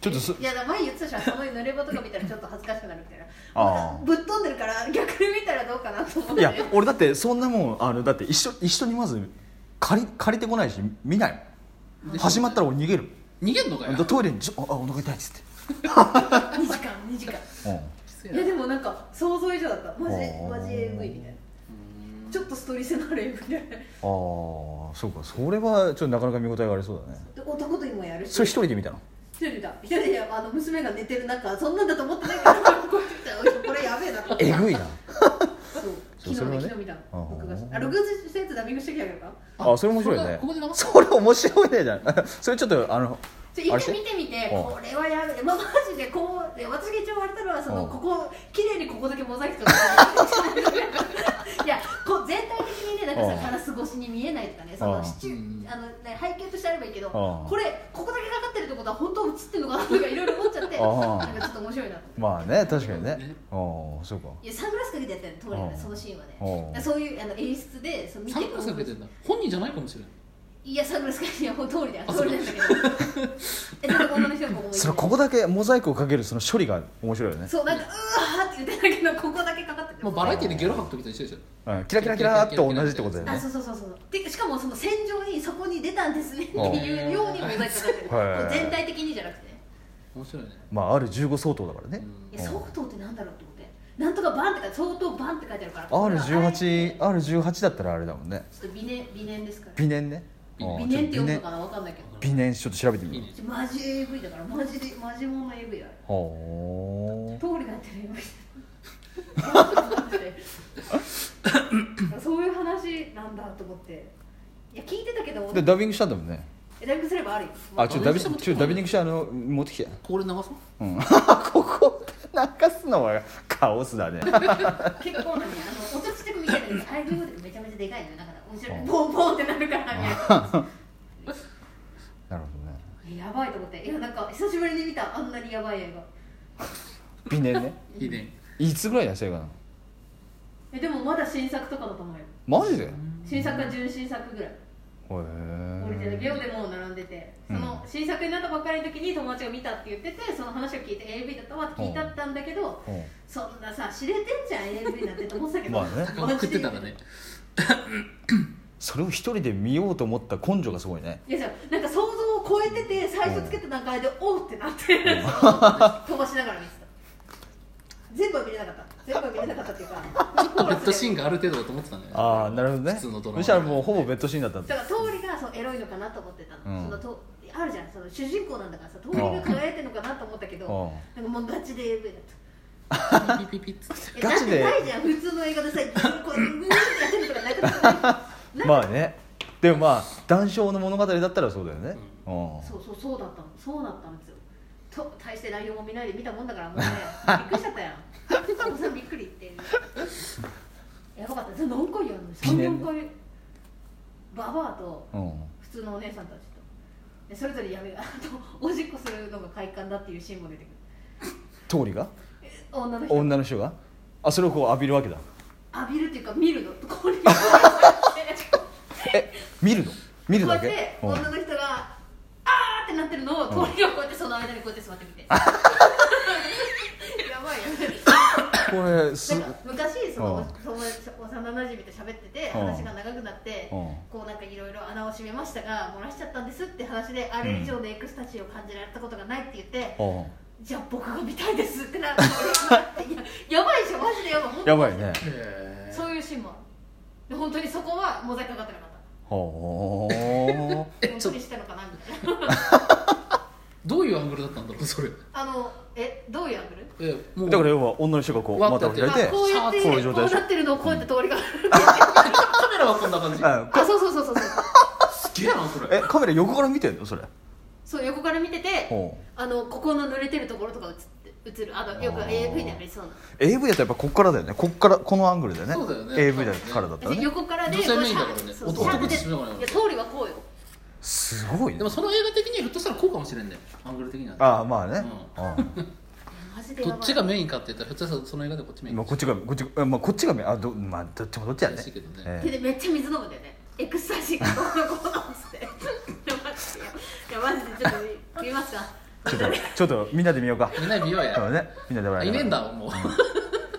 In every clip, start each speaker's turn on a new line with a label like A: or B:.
A: ちょっとす
B: いやだから前言ってたじゃんその濡れ場とか見たらちょっと恥ずかしくなるみたいな
A: あ
B: ぶっ飛んでるから 逆に見たらどうかなと思っ
A: あ
B: て
A: い や俺だってそんなもんあのだって一緒一緒にまず借り借りてこないし見ないもん始まったら俺逃げる
C: 逃げんのかよ
A: もんトイレにちょあお腹痛いっつっ
B: 2時間2時間
A: て、うん、
C: きつい
B: い
C: な
B: やでもなんか想像以上だったマジ
A: あー
B: マジ AV みたいな
C: うん
B: ちょっとストーリー性のある AV みたい
A: ああ
B: な
A: そうかそれはちょっとなかなか見応えがありそうだね
B: で男と今やるし
A: それ一人で見たの
B: 一人だ一人であの娘が寝てる中そんなんだと思ってないからこうやって見たらこれやべえなと思って
A: えぐいな
B: そう
A: そうそ
B: 昨
A: れはね
B: 日ね昨日見たの
A: あー
B: 録画しあ録画したやつダビングしてきたけどな
A: あそれ面白い
C: それ
A: ね
C: ここで流す
A: それ面白いねじゃん それちょっとあの
B: ち
A: あ
B: ょ一
A: れして
B: 回見てみて
A: うん
B: これはやべえ、 まあ、マジでこうで私が一応言われたのはその
A: うん
B: ここ綺麗にここだけモザイクとか いやこう全体的にねなんか
A: うん
B: さガラス越しに見えないとかねそうの
A: ん
B: シチュ
C: うん
B: あの、ね、背景としてあればいいけど
A: うん
B: これここだけかかってるってことは本当映ってるのかなとかいろいろ思っちゃって
A: うん
B: なんかちょっと面白いなと。
A: まあね確かにね
C: ね
A: ああそうか
B: いやサングラスかけてやったよね、通れ
A: う
B: ね
A: ん
B: そのシーンはね、
A: うん
B: だからそういうあの演出でその見
C: サ
B: て
C: ングラスかけてんだ本人じゃないかもしれない
B: いやサングラスかけていやもう通りだよ通りなんだけど えだから女の人もここいて
A: それここだけモザイクをかけるその処理が面白いよね
B: そうなんかうわーって言ってたけどここだけかかってて
C: もうバラエティでゲロ吐く時と一緒でしょ
A: うんキラキラキラーっと同じってことだよ
B: あ
A: ね
B: そうそうそうそうてかしかもその戦場にそこに出たんですねっていうようにモザイクかかってる
A: はい
B: こう全体的にじゃなくてね
C: 面白いね
A: まあある15相当だからね
B: いや相当ってなんだろうと思ってなんとかバンってか相当バンって書いてあるから
A: R18R18 だったらあれだもんね
B: ちょっと微年微年ですから
A: 微年ね
C: 微年
A: うん
B: 微
A: ちょ
B: 年っ
A: と
B: て読むのかなわかんないけど
A: 微年ちょっと調べてみる
C: 微年
B: ちょマジ AV だからマジでマジモンの AV だよ
A: ほ
B: 通りがやってる AV そういう話なんだと思っていや聞いてたけど
A: うでダビングしたんだもんね
B: えダイブすればあるよ
A: あちょっとダビちょ
C: ダビング
A: っとダビングしてあの持ってきて
C: これ流そう
A: うん ここ流すのはカオスだね
B: 結構なね、あの、音ちっちゃく見てるんです、ああいうことでめちゃめちゃでかいのよ、だから、後ろ
A: うん
B: にボンボンってなるから、 みたい
A: なるほどね
B: な。やばいと思って、いや、なんか、久しぶりに見た、あんなにやばい映画。
A: 微年ね
C: いいね
A: いつぐらい痩せるかな
B: え、でも、まだ新作とかだと思うよ。
A: マジでへ
B: 新作か準新作ぐらい。俺じゃ
A: え
B: ゲオでもう並んでて、その新作になったばっかりの時に友達が見たって言ってて、その話を聞いて AV だったわって聞いたったんだけど、そんなさ、知れてんじゃん AV なんてと思ってたけど、
A: まあね
C: 高く食ってたらね
A: それを一人で見ようと思った根性がすごいね
B: いやじゃあなんか想像を超えてて最初つけた段階で「おう!」ってなって 飛ばしながら見てた全部は見れなかった全部は見れなかったっていう か
C: ベッドシーンがある程度だと思ってたんだよね
A: ああなるほどね
C: 普通のドラマ
A: むしろもうほぼベッドシーンだったん
B: だ
A: だ
B: から通りがそうエロいのかなと思ってたの,、
A: うん
B: そのとあるじゃんその主人公なんだからさ通りが輝いてるのかなと思ったけどなんかもうガチで AV だった
C: ピピピピッつって
B: え
A: ガチで
B: だってないじゃん普通の映画でさこういううーってやってるとかなかった
A: まあねでもまあ談笑の物語だったらそうだよねうん
B: そうそうそうだったのそうだったんですよと大して内容も見ないで見たもんだからも うねびっくりしちゃったやんお子さんびっくりってやばかったそれ何回やるの
A: 微念
B: 34回ババアと
A: うん
B: 普通のお姉さんたちとでそれぞれやめあとおしっこするのが快感だっていうシーンも出てくる
A: 通りが
B: え女の人
A: 女の人があそれをこう浴びるわけだ
B: 浴びるっていうか見るのこ れ
A: え見るの見るだ
B: こうやって
A: けうん
B: 女の人が「あー!」ってなってるのを通りをこうやってその間にこうやって座っ てみてやばいよね
A: これす
B: なんか昔その
A: う
B: 友達幼なじみと喋ってて
A: うん
B: 話が長くなって
A: うん
B: こうなんかいろいろ穴を閉めましたが漏らしちゃったんですって話であれ以上のエクスタシーを感じられたことがないって言って
A: うん
B: じゃあ僕が見たいですっ てなって俺がなっていややばいでしょマジでやばい
A: やばいね
C: へ
B: そういうシーンもあるで本当にそこはモザイクかかってなかっ
A: ほー
C: え
B: た本
C: ち
B: 当
C: ょっ
B: に
C: と
B: したのかなみたいな
C: どういうアングルだったんだろうそれ
B: あのえどういうアングル
C: えもう
A: だから要は女の人がこう
C: わ
A: ま
C: ー
A: た
C: って
A: 開
C: や
A: い
B: あ
C: って
A: て
B: こうやって
A: こ
B: こ
A: ういう状態で
B: う
A: しょ
B: なってるのをこうやって通りが
C: カメラはこんな感じ
A: うん
B: あそうそうそうそうそう
C: すげえなそれ
A: えカメラ横から見てんのそれ
B: そう横から見てて
A: うん
B: あのここの濡れてるところとか映って映るあのよく
A: あー
B: AV でありそうな
A: AV だとやっぱこっからだよねこっからこのアングルだよね
C: そうだよね
A: AV だからだったら
B: で
A: ね
B: 横からで
C: 女性
B: こう
C: メインだからね
B: シャ
C: 男
B: シャ
C: としてもね
B: いや通りはこうよ
A: すごいね
C: でもその映画的にはひょっとしたらこうかもしれんねアングル的にはね
A: ああまあねうん
B: マジでや
C: ど
B: ばい
C: っちがメインかって言ったらひょっとしたらその映画でこっちメイン
A: まあこっちがこっちがまあこっちがめあどまあどっちもどっちやね
C: 怪しいけどね
A: え
B: 手
A: え
B: でめっちゃ水飲むんだよねエクスタシーがこうのこうのっつっていやマジでいやマジでちょっと見ますか
A: ちょっとちょっとみんなで見ようか
C: みんな見よう
A: そ
C: や
A: うねみんなで笑
C: あ
A: い
C: い
A: な
C: ね
A: がら
C: えんだもう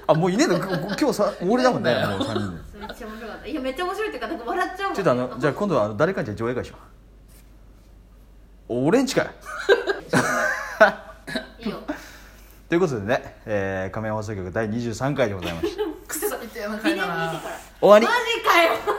A: あもういねえんだここ今日さ俺だもんね
C: いねえんだ
A: も
C: よ
A: う3人で
B: めっちゃ面白かったいやめっちゃ面白いっていうかなんか笑っちゃうもん
A: ちょっとあのじゃあ今度はあの誰かにじゃあ上映会しよう俺んちかよ
B: いいよ
A: ということでね、えー、仮面放送局第23回でございました
B: くそ記念見てから
A: 終わり
B: マジかよ